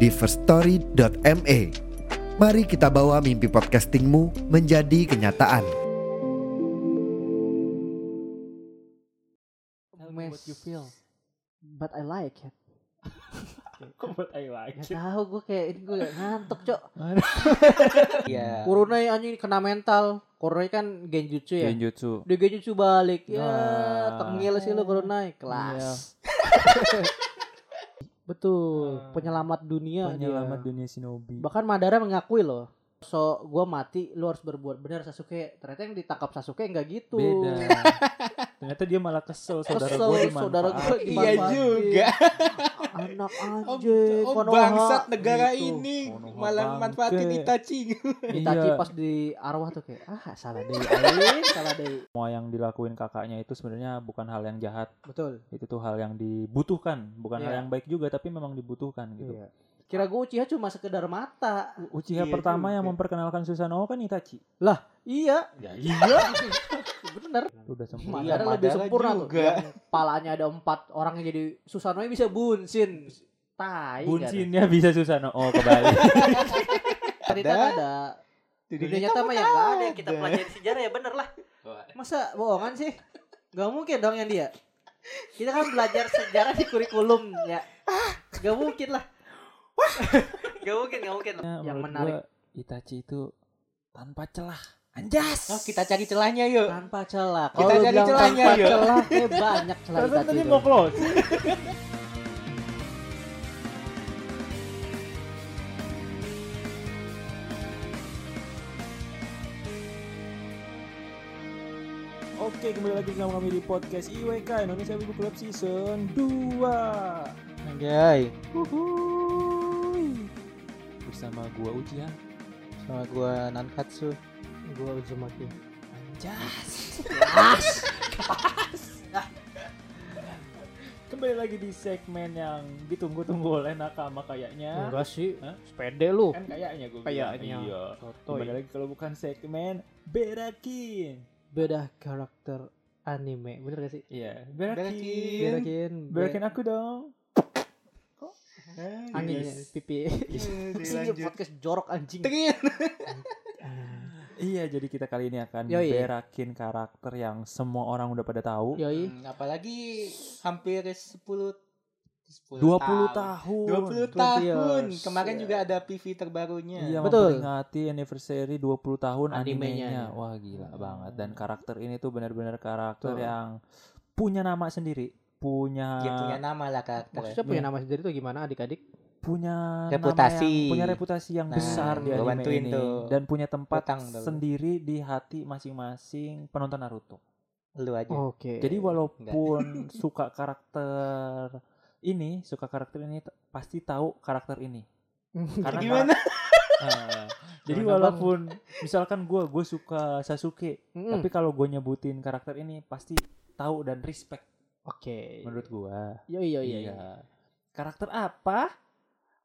di firststory.me. Mari kita bawa mimpi podcastingmu menjadi kenyataan. Tell Mes. me what you feel. But I like it. Kok buat I like it? Gak tahu gue kayak ini gue ngantuk cok. Iya. Kurunai anjing kena mental. Kurunai kan genjutsu ya. Genjutsu. Dia genjutsu balik. Ya, Nah. Iya. tengil sih lu kurunai kelas. Betul, Nah. penyelamat dunia Iya, dia. Penyelamat dunia shinobi. Bahkan Madara mengakui loh. So, gue mati, lu harus berbuat benar Sasuke. Ternyata yang ditangkap Sasuke enggak gitu. Beda. Ternyata dia malah kesel saudara Kesel, gue saudara gua dimanfaatin. Iya Manfaatin. juga. Anak Om, anjing, om Konoha. bangsat negara Gitu. ini Konoha malah bangke. manfaatin Itachi. Itachi Iya. pas di arwah tuh kayak ah salah deh Ain, salah deh Semua yang dilakuin kakaknya itu sebenarnya bukan hal yang jahat. betul Itu tuh hal yang dibutuhkan, bukan hal Iya. yang baik juga tapi memang dibutuhkan gitu. kira gue Uchiha cuma sekedar mata Uchiha Iya pertama juga. yang memperkenalkan Susanoo kan Itachi. iya Ya iya. bener Udah sempurna. Madara Madara lebih sempurna tuh Iya, juga. Yang palanya ada empat orang yang jadi Susanoo bisa bunsin tai Bunsinnya bisa Susanoo Oh, kebalik. cerita Ada. ada dunia kan, nyata mah yang gak ada yang kita ada. pelajari sejarah ya bener lah masa bohongan sih gak mungkin dong yang dia kita kan belajar sejarah di kurikulum ya gak mungkin lah gak mungkin gak Ya, mungkin yang menarik Itachi itu tanpa celah. Anjas. Oh, kita cari celahnya yuk. tanpa celah Kita Kalau cari bilang celahnya, tanpa yuk. celah eh, banyak celah Terus Itachi tadi itu. mau close. Oke, kembali lagi sama kami di podcast IWK Indonesia Wibu Club Season 2 Anjay. Bersama gua Ujian Sama gua Nankatsu. gua Uzumaki Kembali lagi di segmen yang ditunggu-tunggu oleh nakama kayaknya enggak sih Hah? sepede lu Kan Iya, kayaknya gue Kayaknya. Iya Sotoy. Kembali lagi kalau bukan segmen Berakin beda karakter anime bener gak sih Iya, Berakin. berakin. Berakin Berakin aku dong. Ah, anime pipi Eh, Ini Lanjut. podcast jorok anjing Tengin. Iya, jadi kita kali ini akan Yoi. berakin karakter yang semua orang udah pada tahu. yoi Hmm, Apalagi hampir 10 10 20 tahun. 20 20 tahun. years. Kemarin Iya. juga ada PV terbarunya. Iya, Betul. memperingati anniversary 20 tahun Animenya. animenya. Wah, gila banget. Dan karakter ini tuh benar-benar karakter yang punya nama sendiri, punya Dia punya nama lah karakter. maksudnya punya nama sendiri tuh gimana adik-adik punya nama Reputasi. yang- punya reputasi yang Nah, besar di gua anime bantuin ini tuh. dan punya tempat Utang dulu. sendiri di hati masing-masing penonton Naruto. Lu aja. Oh. oke Jadi walaupun suka karakter ini, suka karakter ini t- pasti tahu karakter ini. Karena Gimana? Eh, Gimana, jadi Bang? walaupun misalkan gue gue suka Sasuke, Hmm. Mm-mm. tapi kalau gue nyebutin karakter ini pasti tahu dan respect oke menurut iya. gue. yoi Oh, yoi iya, yoi Karakter apa?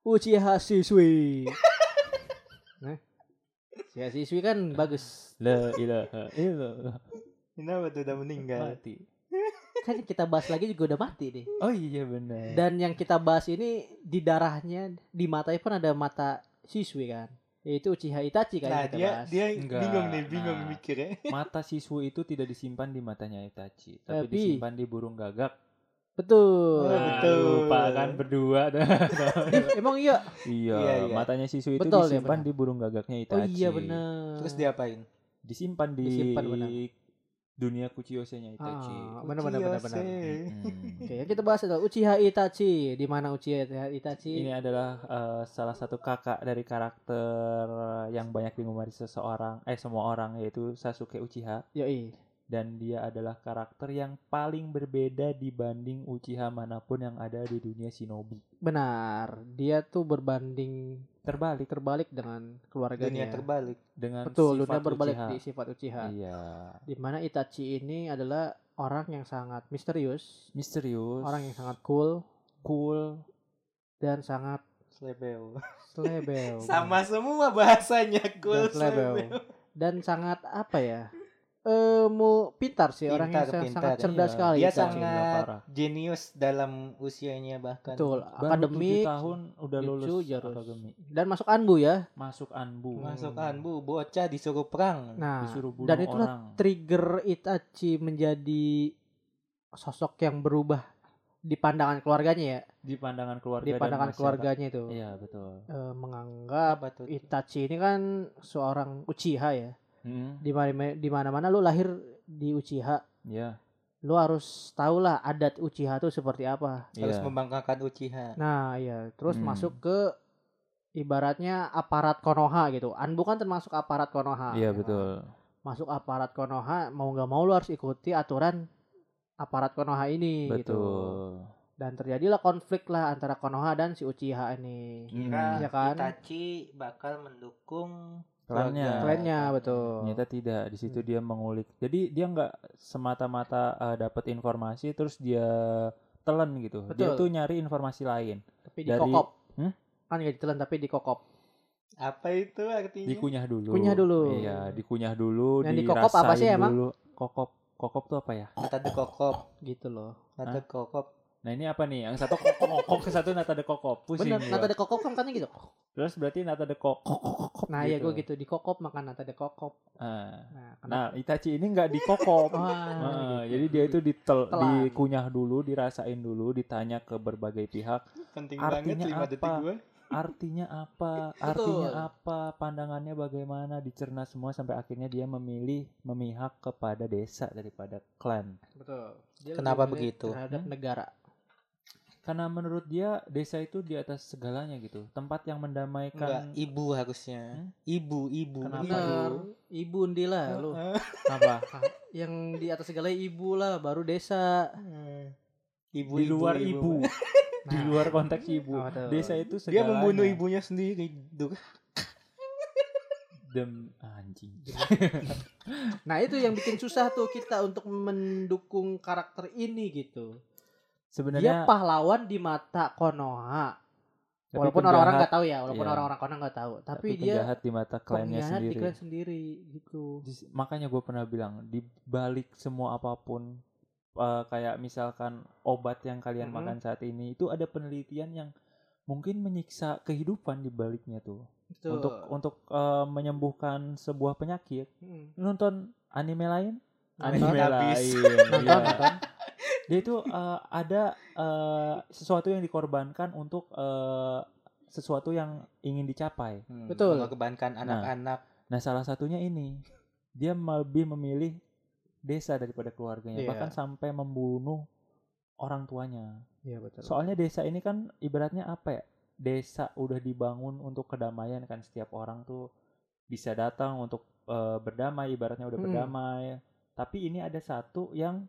Uchiha Shisui nah Uchiha Shisui kan bagus La ilaha illallah. Kenapa tuh udah meninggal? Mati. kan yang kita bahas lagi juga udah mati nih Oh iya benar. Dan yang kita bahas ini di darahnya, di matanya pun ada mata siswi kan. Yaitu Uchiha Itachi kan Nah yang kita dia bahas. dia Enggak, bingung nih bingung nah. mikir ya. Mata siswa itu tidak disimpan di matanya Itachi, tapi, Tapi- disimpan di burung gagak. Betul. Oh, Nah, betul. Lupa kan berdua. Ih, Emang iya. iya, Iya, iya. matanya siswa itu Betul, iya, disimpan benar. di burung gagaknya Itachi. Oh iya benar. Terus diapain? Disimpan di Disimpan, benar. dunia Kuchiyose-nya Itachi. Ah, Hmm. benar benar benar benar. Kiyose. Mm-mm. Oke, yang kita bahas adalah Uchiha Itachi. Di mana Uchiha Itachi? Ini adalah eh, salah satu kakak dari karakter yang banyak digemari seseorang, eh semua orang yaitu Sasuke Uchiha. Yoi. dan dia adalah karakter yang paling berbeda dibanding Uchiha manapun yang ada di dunia shinobi. Benar, dia tuh berbanding Terbalik terbalik dengan Dunia keluarganya. terbalik. dengan Betul, sifat dunia berbalik Uchiha. di sifat Uchiha. Iya. Di mana Itachi ini adalah orang yang sangat misterius, Misterius. orang yang sangat cool cool. dan sangat Slebeo. slebel. Sama semua bahasanya cool dan slebel. slebeo. Dan sangat apa ya? Eh, mau pintar sih orang yang Pintar, sa- pintar. sangat cerdas Iya. sekali. Dia Itachi. parah. sangat jenius dalam usianya bahkan. betul, Baru akademik 7 tahun udah lulus Jutsu, Jarus. akademi. dan masuk Anbu ya. Masuk Anbu. Masuk Hmm. Anbu, bocah disuruh perang. Nah, Disuruh bunuh dan itulah orang. trigger Itachi menjadi sosok yang berubah di pandangan keluarganya ya, di pandangan keluarga di dan pandangan masyarakat. keluarganya itu Iya, betul. Eh, menganggap Apa tuh? Itachi ini kan seorang Uchiha ya. Hmm. Di mana di mana-mana lu lahir di Uchiha, Iya. lu harus tahu lah adat Uchiha itu seperti apa. iya. Harus membanggakan Uchiha. Nah, iya, terus Hmm. masuk ke ibaratnya aparat Konoha gitu. Anbu kan termasuk aparat Konoha. ya Iya, kan? betul. Masuk aparat Konoha mau nggak mau lu harus ikuti aturan aparat Konoha ini gitu. Betul. Dan terjadilah konflik lah antara Konoha dan si Uchiha ini. Hmm. Kira Iya kan? Nah, Itachi bakal mendukung Klannya. keluarga. Klannya, betul. Nah. Ternyata tidak. Di situ Hmm. dia mengulik. Jadi dia nggak semata-mata eh, dapat informasi terus dia telan gitu. Dia Betul. tuh nyari informasi lain. Tapi Dari- dikokop. Hmm? Kan nggak ditelan tapi dikokop. Apa itu artinya? Dikunyah dulu. Kunyah Iya. dulu. Iya, dikunyah dulu. Yang dikokop apa dirasain sih emang? Dulu. Kokop. Kokop tuh apa ya? Nata de kokop. gitu loh. Nata de kokop. Nah ini apa nih? Yang satu kokok kokok, yang satu nata de kokop. Pusing. Bener, gua. nata de kokop kan katanya gitu. Terus berarti nata de kokok. kokok, Nah, ya gue gitu dikokop makan nata de kokop. Ah. Nah, kenapa? Nah, Itachi ini nggak dikokop. Wah, Nah, gitu. jadi dia itu ditel, Telan. dikunyah dulu, dirasain dulu, ditanya ke berbagai pihak, Penting banget Artinya 5 detik apa? gue. artinya apa, artinya apa, pandangannya bagaimana, dicerna semua sampai akhirnya dia memilih memihak kepada desa daripada klan. betul. Dia lebih Kenapa memilih begitu? Terhadap Hmm? negara. Karena menurut dia desa itu di atas segalanya gitu, tempat yang Kan Enggak, mendamaikan ibu harusnya. Hmm? Ibu, ibu. Kenapa? ibu. Bener. Ibu ndila Hmm? lu. Heeh. apa? Yang di atas segala ibu lah, baru desa. Ibu, Di luar ibu, di Nah. luar konteks ibu. Oh, betul. Desa itu segalanya. Dia membunuh ibunya sendiri. Duh, Dem anjing. Nah, itu yang bikin susah tuh kita untuk mendukung karakter ini gitu. Dia Sebenarnya pahlawan di mata Konoha. tapi Walaupun orang-orang penjahat- nggak tahu ya, walaupun Iya. orang-orang Konoha nggak tahu, tapi, tapi dia penjahat di mata klannya pengkhianat di sendiri. klan sendiri gitu. Dis- makanya gue pernah bilang di balik semua apapun eh, kayak misalkan obat yang Mhm. kalian makan saat ini itu ada penelitian yang mungkin menyiksa kehidupan di baliknya tuh Betul. untuk untuk eh, menyembuhkan sebuah penyakit Hmm. nonton anime lain Nonton, anime habis. lain nonton, iya. nonton. dia itu eh, ada eh, sesuatu yang dikorbankan untuk eh, sesuatu yang ingin dicapai Hmm, Betul. Mengorbankan anak-anak. Nah, salah satunya ini dia me- lebih memilih desa daripada keluarganya, Iya. bahkan sampai membunuh orang tuanya. Iya betul. Soalnya desa ini kan ibaratnya apa ya? Desa udah dibangun untuk kedamaian kan setiap orang tuh bisa datang untuk eh, berdamai, ibaratnya udah Hmm. berdamai. Tapi ini ada satu yang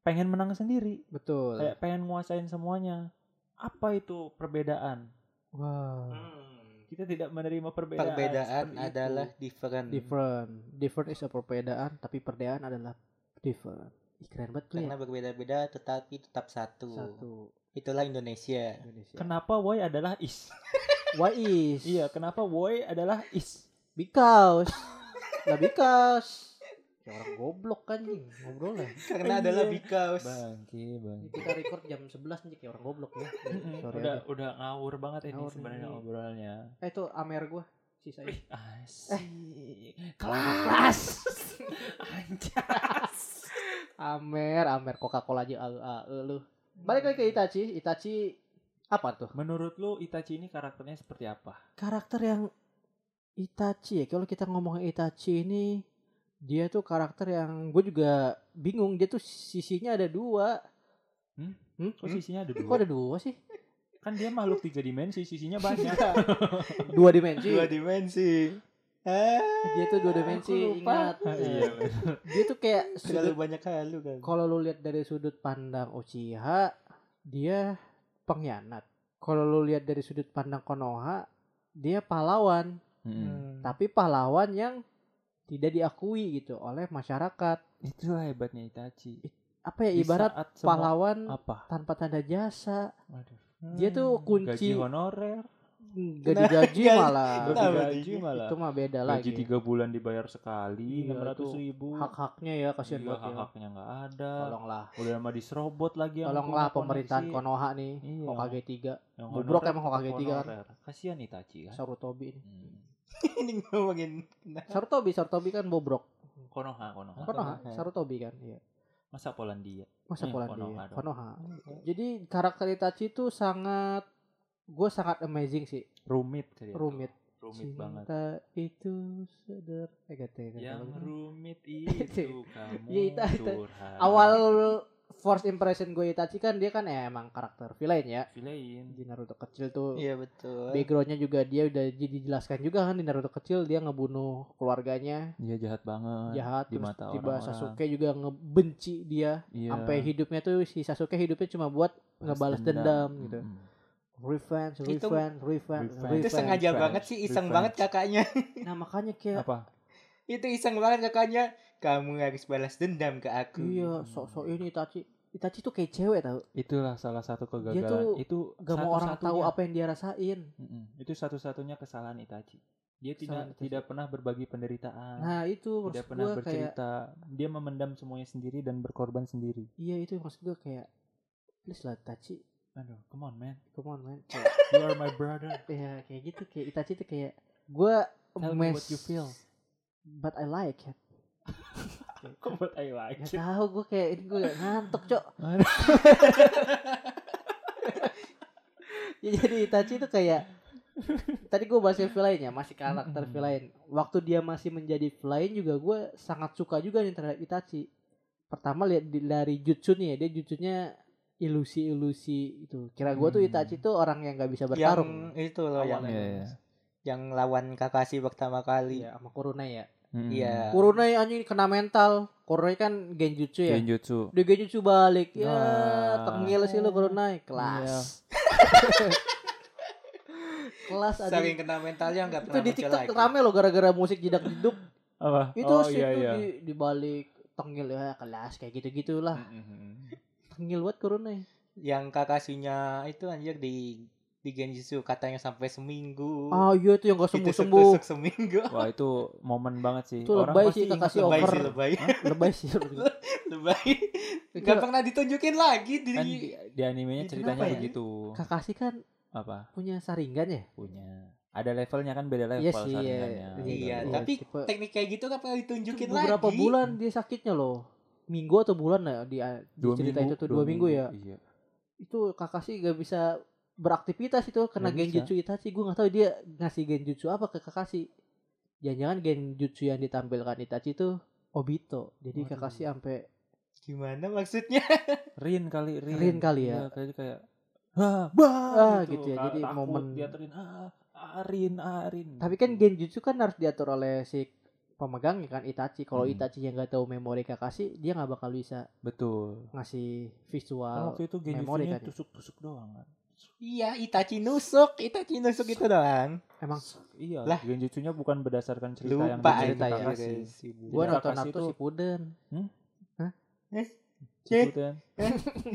pengen menang sendiri, betul. kayak pengen nguasain semuanya. Apa itu perbedaan? Wah, Hmm. Iya, Kita tidak menerima perbedaan. Perbedaan seperti itu. adalah different. different. Different is a perbedaan, tapi perbedaan adalah different. Ih, keren banget tuh ya. Karena ya. berbeda-beda tetapi tetap satu. Satu Itulah Indonesia. Indonesia. Kenapa woy adalah is? Why is? Iya, kenapa boy adalah is? Because. Lah because. Ya orang goblok kan ngobrol lah. Karena adalah because. Bangke, Ini bangke. Kita record jam 11 nih kayak orang goblok ya. Sorry kan udah aja. udah ngawur banget ini Ngawur sebenarnya ini. obrolannya. Eh itu Amer gua sisanya. Eh. Asik. Kelas. Anjas. Amer, Amer Coca-Cola aja ah, ah, eh, lu. Balik lagi ke Itachi. Itachi apa tuh? Menurut lu Itachi ini karakternya seperti apa? karakter yang Itachi ya kalau kita ngomongin Itachi ini dia tuh karakter yang gue juga bingung dia tuh sisinya ada dua Hmm? Hmm? Kok sisinya ada kok dua? ada dua sih Kan dia makhluk tiga dimensi, sisinya banyak. dua dimensi Dua dimensi. Ah, Dia tuh dua dimensi, Aku lupa. ingat. Ah, iya, bener. Dia tuh kayak Terlalu sudut banyak halu kan. kalau lu lihat dari sudut pandang Uchiha, dia pengkhianat. Kalau lu lihat dari sudut pandang Konoha, dia pahlawan, Mm-mm. Hmm. tapi pahlawan yang tidak diakui gitu oleh masyarakat. Itu hebatnya Itachi. Apa ya Di ibarat saat semua- pahlawan apa? tanpa tanda jasa. Waduh. Dia Hmm. tuh kunci Gaji honorer, gak Nah, digaji Gaji- malah. Nah, gaji, Apa gaji gaji? malah. Itu mah beda Gaji lagi. tiga bulan dibayar sekali, Iya, enam ratus itu ribu. Hak-haknya ya kasihan Iya, banget. ya. hak-haknya nggak ada. Tolonglah. Udah sama diserobot lagi yang Tolonglah punya pemerintahan koneksi. Konoha nih. Iya. Hokage 3. Yang Bobrok honorer emang Hokage tetap tiga kan. honorer. Kasihan Itachi kan. Sarutobi ini. Hmm. Ini ngomongin Nah. kenapa? Sarutobi, Sarutobi kan bobrok. Konoha, Konoha. Konoha, Konoha. Sarutobi kan. Iya. Masa Polandia? Masa Eh, Polandia? Konoha Konoha. dong. Iya. Jadi karakter Itachi itu sangat gue sangat amazing sih, Rumit cerita. rumit. Iya, Rumit banget. Iya, Cinta itu seder. Eh, gak tega. Yang Kalau- rumit itu kamu Ya, itu- itu. curhat. Awal first impression gue Itachi kan dia kan emang karakter villain ya. Villain. Di Naruto kecil tuh Iya betul. backgroundnya juga dia udah di- dijelaskan juga kan di Naruto kecil dia ngebunuh keluarganya Dia Iya, jahat banget. jahat di terus mata tiba orang-orang. Sasuke juga ngebenci dia Iya. sampai hidupnya tuh si Sasuke hidupnya cuma buat Balas ngebalas dendam gitu. Mm-mm. revenge Itu- revenge revenge Revenge. revenge Itu sengaja Revenge. banget sih, iseng Revenge. banget kakaknya. nah makanya kayak Apa? Itu iseng banget kakaknya. Kamu harus balas dendam ke aku. iya sok-sok ini Itachi Itachi tuh kayak cewek tau Itulah salah satu kegagalan. tuh itu gak mau orang tahu satu-satunya- apa yang dia rasain Mm-mm. Itu satu-satunya kesalahan Itachi. Dia tidak Kesalahan Itachi. tidak pernah berbagi penderitaan. nah itu tidak maksud pernah gue kayak bercerita. Dia memendam semuanya sendiri dan berkorban sendiri. iya itu maksud gue kayak please lah Itachi Aduh, come on man. come on man Kayak- You are my brother. ya kayak gitu kayak Itachi tuh kayak gue Tell me what you feel. but I like it Kok buat I like Gak tahu gue kayak ini gue ngantuk cok. ya, jadi Itachi itu kayak tadi gue bahasnya villain ya masih karakter Mm-mm. villain. Waktu dia masih menjadi villain juga gue sangat suka juga nih terhadap Itachi. Pertama lihat di- dari jutsu nih ya dia jutsunya ilusi-ilusi itu. Kira gue tuh Hmm. Itachi tuh orang yang nggak bisa Yang bertarung. itu loh yang, Awalnya. Iya, iya. yang lawan Kakashi pertama kali. Iya, sama Kurunai ya. Mm-mm. Iya. Kurunai anjing kena mental. Kurunai kan genjutsu ya. Genjutsu. Dia genjutsu balik. Ya, Nah. tengil sih lu Kurunai kelas. Iya. kelas ada Saking kena mentalnya nggak itu pernah di muncul TikTok lagi. rame loh gara-gara musik jidak jeduk Apa? itu oh, sih iya, tuh iya. di dibalik tengil ya kelas kayak gitu Hmm, gitulah Mm-mm. Hmm. tengil buat kurunai Yang Kakashinya itu anjir di di Genjutsu katanya sampai seminggu. oh iya tuh yang gak sembuh sembuh Ditusuk-tusuk seminggu. Wah, itu momen banget sih. Itu lebay pasti sih, ingat Kakashi lebay over. Lebay sih lebay. lebay sih menurut lebay. gue. Gak pernah ditunjukin lagi di kan di, di animenya Itu ceritanya kenapa ya? begitu Kakashi kan apa punya saringan ya punya ada levelnya kan beda level Iya sih, iya. saringannya Gitu. Iya, Iya, tapi tipe- teknik kayak gitu gak pernah Itu ditunjukin lagi. beberapa bulan dia sakitnya loh minggu atau bulan ya di, di cerita itu tuh dua minggu, ya iya. itu Kakashi gak bisa beraktivitas itu kena Nggak genjutsu Itachi gue nggak tahu dia ngasih genjutsu apa ke Kakashi jangan-jangan genjutsu yang ditampilkan Itachi itu Obito jadi Waduh. Kakashi sampai Gimana maksudnya? Rin kali Rin, Rin kali ya. Iya, kali kayak ah, bah, Ah, gitu ya. Ka- Jadi takut momen- dia terin ah, ah, Rin ah, Rin tapi kan genjutsu kan harus diatur oleh si pemegangnya kan Itachi kalau Hmm. Itachi yang nggak tahu memori Kakashi dia nggak bakal bisa betul ngasih Kan visual waktu itu memori kan genjutsunya ya. tusuk-tusuk doang kan iya, Itachi nusuk, Itachi nusuk itu doang. emang iya Lah. genjutsunya bukan berdasarkan cerita yang Lupa diceritain cerita ya. Kakashi. gue Jadi nonton Kakashi Naruto tuh- Shippuden Gitu Eh. Shippuden.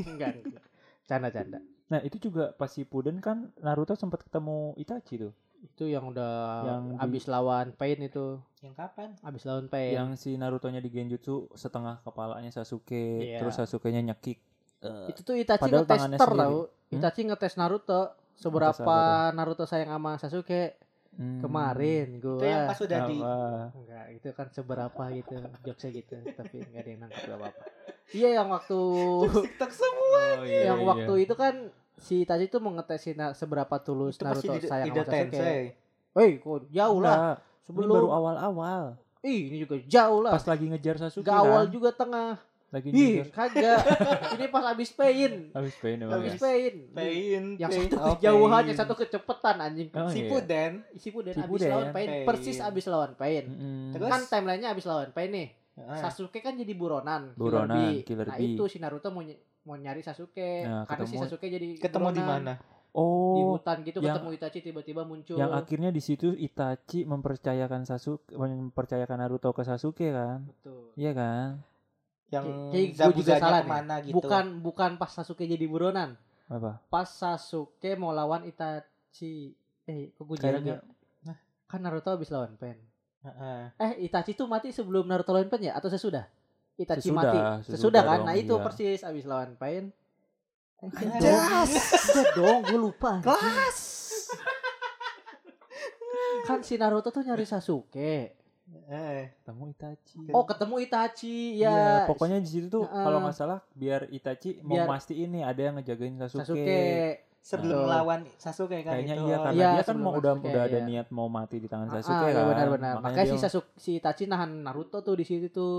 enggak enggak. canda-canda kan. nah itu juga pas Shippuden kan Naruto sempat ketemu Itachi tuh itu yang udah Yang di- abis lawan Pain itu Yang kapan? abis lawan Pain yang si Naruto-nya di Genjutsu setengah kepalanya Sasuke, Iya. terus Sasuke-nya nyekik. Eh, itu tuh Itachi Padahal ngetes tangannya ter sendiri. Hmm? tau Itachi ngetes Naruto seberapa apa Naruto sayang sama Sasuke hmm. kemarin Itu yang gua pas udah di Apa? enggak itu kan seberapa gitu jokesnya gitu tapi enggak ada yang nangkep gak apa-apa iya yang waktu TikTok semua. Oh, iya, yang iya. waktu itu kan si Itachi tuh mengetesin na- seberapa tulus Itu pasti Naruto di sayang sama Ida Sasuke Tensei. woi kok jauh lah Enggak, ini sebelum baru awal-awal. ih ini juga jauh lah Pas lagi ngejar Sasuke. gak awal kan? juga tengah lagi Ih, nyindir kagak. Ini pas abis payin. habis pain emang Abis ya. payin. Pain. Yang pain, satu oh, kejauhan, pain. yang satu kecepatan anjing. Ah, Oh, iya. Siput dan Shippuden abis Shippuden. lawan pain. Pain. Persis abis lawan pain. Mm-mm. Terus? Kan timelinenya abis lawan pain nih. Ah, Sasuke kan jadi buronan. Killer Buronan, Bee. Killer Nah Bee. itu si Naruto mau ny- mau nyari Sasuke Nah, karena si ketemu- Sasuke jadi ketemu di buronan. mana? Di oh hutan gitu yang- ketemu Itachi tiba-tiba muncul. yang akhirnya di situ Itachi mempercayakan Sasuke mempercayakan Naruto ke Sasuke kan Betul. iya kan Yang Jadi gua juga Zabuzanya salah nih. kemana gitu? Bukan bukan pas Sasuke jadi buronan. apa Pas Sasuke mau lawan Itachi. Eh, kok gue jarang ya? Kayaknya- Kan Naruto habis lawan Pain. Heeh. Eh, Itachi tuh mati sebelum Naruto lawan Pain ya atau sesudah? Itachi Sesudah, mati. sesudah Sesudah, kan? dong, nah, itu iya. persis habis lawan Pain. Eh, enggak dong. Anjas. Enggak dong, gue lupa. Kelas. Kan si Naruto tuh nyari Sasuke. Eh, ketemu Itachi Iya. Oh, ketemu Itachi ya. Iya, pokoknya di situ tuh Heeh. kalau nggak salah biar Itachi mau Biar- mastiin nih ada yang ngejagain Sasuke. Sasuke. Betul. sebelum lawan Sasuke kan Kayaknya itu. iya karena Iya, dia kan mau sebelum udah Sasuke, udah ada iya. niat mau mati di tangan Ah, Sasuke ah, iya kan. benar-benar. Makanya, si dia Sasuke si Itachi nahan Naruto tuh di situ tuh.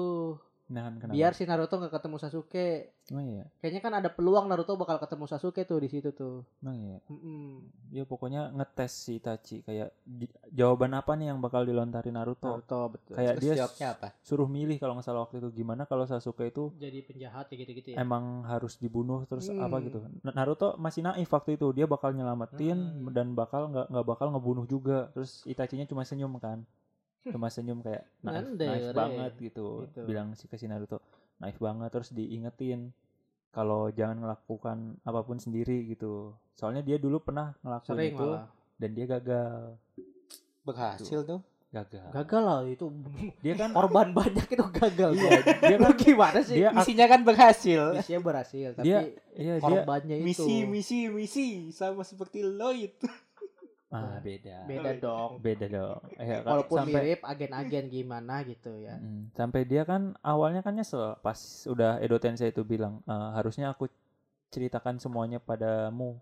nahan kenapa? Biar si Naruto nggak ketemu Sasuke. Emang iya, Kayaknya kan ada peluang Naruto bakal ketemu Sasuke tuh di situ tuh. emang iya. Mm-mm. Dia pokoknya ngetes si Itachi kayak di- jawaban apa nih yang bakal dilontarin Naruto. Naruto betul. Oh, Kayak Terus dia jawabnya apa? suruh milih kalau nggak salah waktu itu gimana kalau Sasuke itu jadi penjahat kayak gitu-gitu ya. emang harus dibunuh terus Hmm. apa gitu. Na- Naruto masih naif waktu itu, dia bakal nyelamatin Hmm. dan bakal nggak nggak bakal ngebunuh juga. Terus Itachinya cuma senyum kan. Cuma senyum kayak naif, Nandere. naif banget gitu. Gitu. Bilang si ke si Naruto, naif banget terus diingetin kalau jangan melakukan apapun sendiri gitu. Soalnya dia dulu pernah ngelakuin Sering itu malah. dan dia gagal. Berhasil tuh. Gagal. Gagal lah itu. Dia kan Korban banyak itu gagal. iya, kok. dia Lu kan gimana sih? dia Misinya kan berhasil. Misinya berhasil tapi Dia- iya dia korbannya itu. Misi, misi, misi sama seperti Lloyd. ah beda. Beda dong. Beda dong. Ya, kan, Walaupun sampai- mirip agen-agen gimana gitu ya. Mm, sampai dia kan awalnya kan nyesel pas udah Edo Tensei itu bilang "Eh, harusnya aku ceritakan semuanya padamu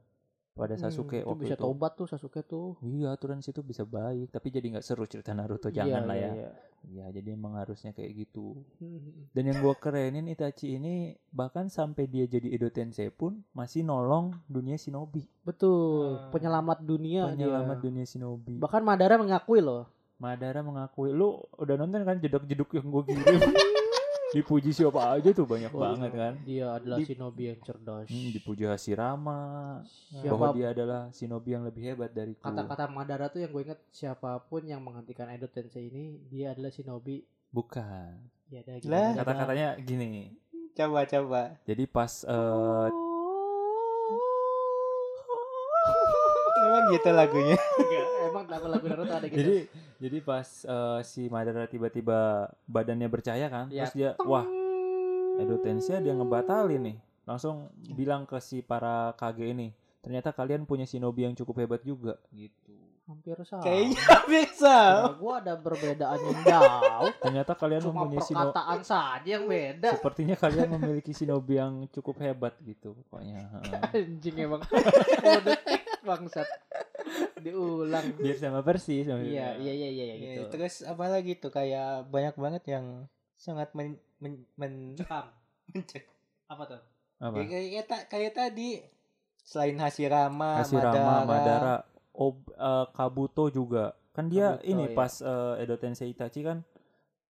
pada Hmm, Sasuke itu waktu bisa itu. tobat tuh Sasuke tuh. Iya aturan situ bisa baik tapi jadi nggak seru cerita Naruto Iya, jangan lah iya, ya. iya. Iya jadi emang harusnya kayak gitu. Hmm. Dan yang gua kerenin Itachi ini bahkan sampai dia jadi Edo Tensei pun masih nolong dunia shinobi. Betul, Ah. Hmm. penyelamat dunia Penyelamat Iya, dia. dunia shinobi. Bahkan Madara mengakui loh. Madara mengakui lu udah nonton kan jedok-jedok yang gua kirim. Dipuji siapa aja tuh banyak Oh, banget kan. Dia adalah Di- shinobi yang cerdas. Ah. Hmm, dipuji Hashirama Siapa- bahwa dia adalah shinobi yang lebih hebat dari Kata-kata Madara tuh yang gue inget siapapun yang menghentikan Edo Tensei ini dia adalah shinobi. Bukan. Ya ada Lah. gimana? Kata-katanya gini. Coba, coba. Jadi pas eh, Emang gitu lagunya. Emang lagu-lagu Naruto ada gitu. jadi jadi pas eh, si Madara tiba-tiba badannya bercahaya kan, Iya. terus dia wah Edo Tensei dia ngebatalin nih. Langsung bilang ke si para kage ini, ternyata kalian punya shinobi yang cukup hebat juga gitu. hampir Oh. sama. Kayaknya bisa. Kira gue ada perbedaan yang jauh. Ternyata kalian Cuma mempunyai shinobi perkataan saja yang beda. Sepertinya kalian memiliki shinobi yang cukup hebat gitu pokoknya. Heeh. Anjing emang. Mau detik bangsat. Diulang. Biar sama ya. persis. Iya, iya, iya, iya, iya, Iya, gitu. Terus apa lagi tuh kayak banyak banget yang sangat men men, men Cekam. mencek. Apa tuh? Apa? Iya, Ya, kayak, kayak, ta- kayak tadi selain Hashirama, Hashirama, Madara, Madara, Ob- eh, Kabuto juga. Kan dia Kabuto, ini iya. pas eh, Edo Tensei Itachi kan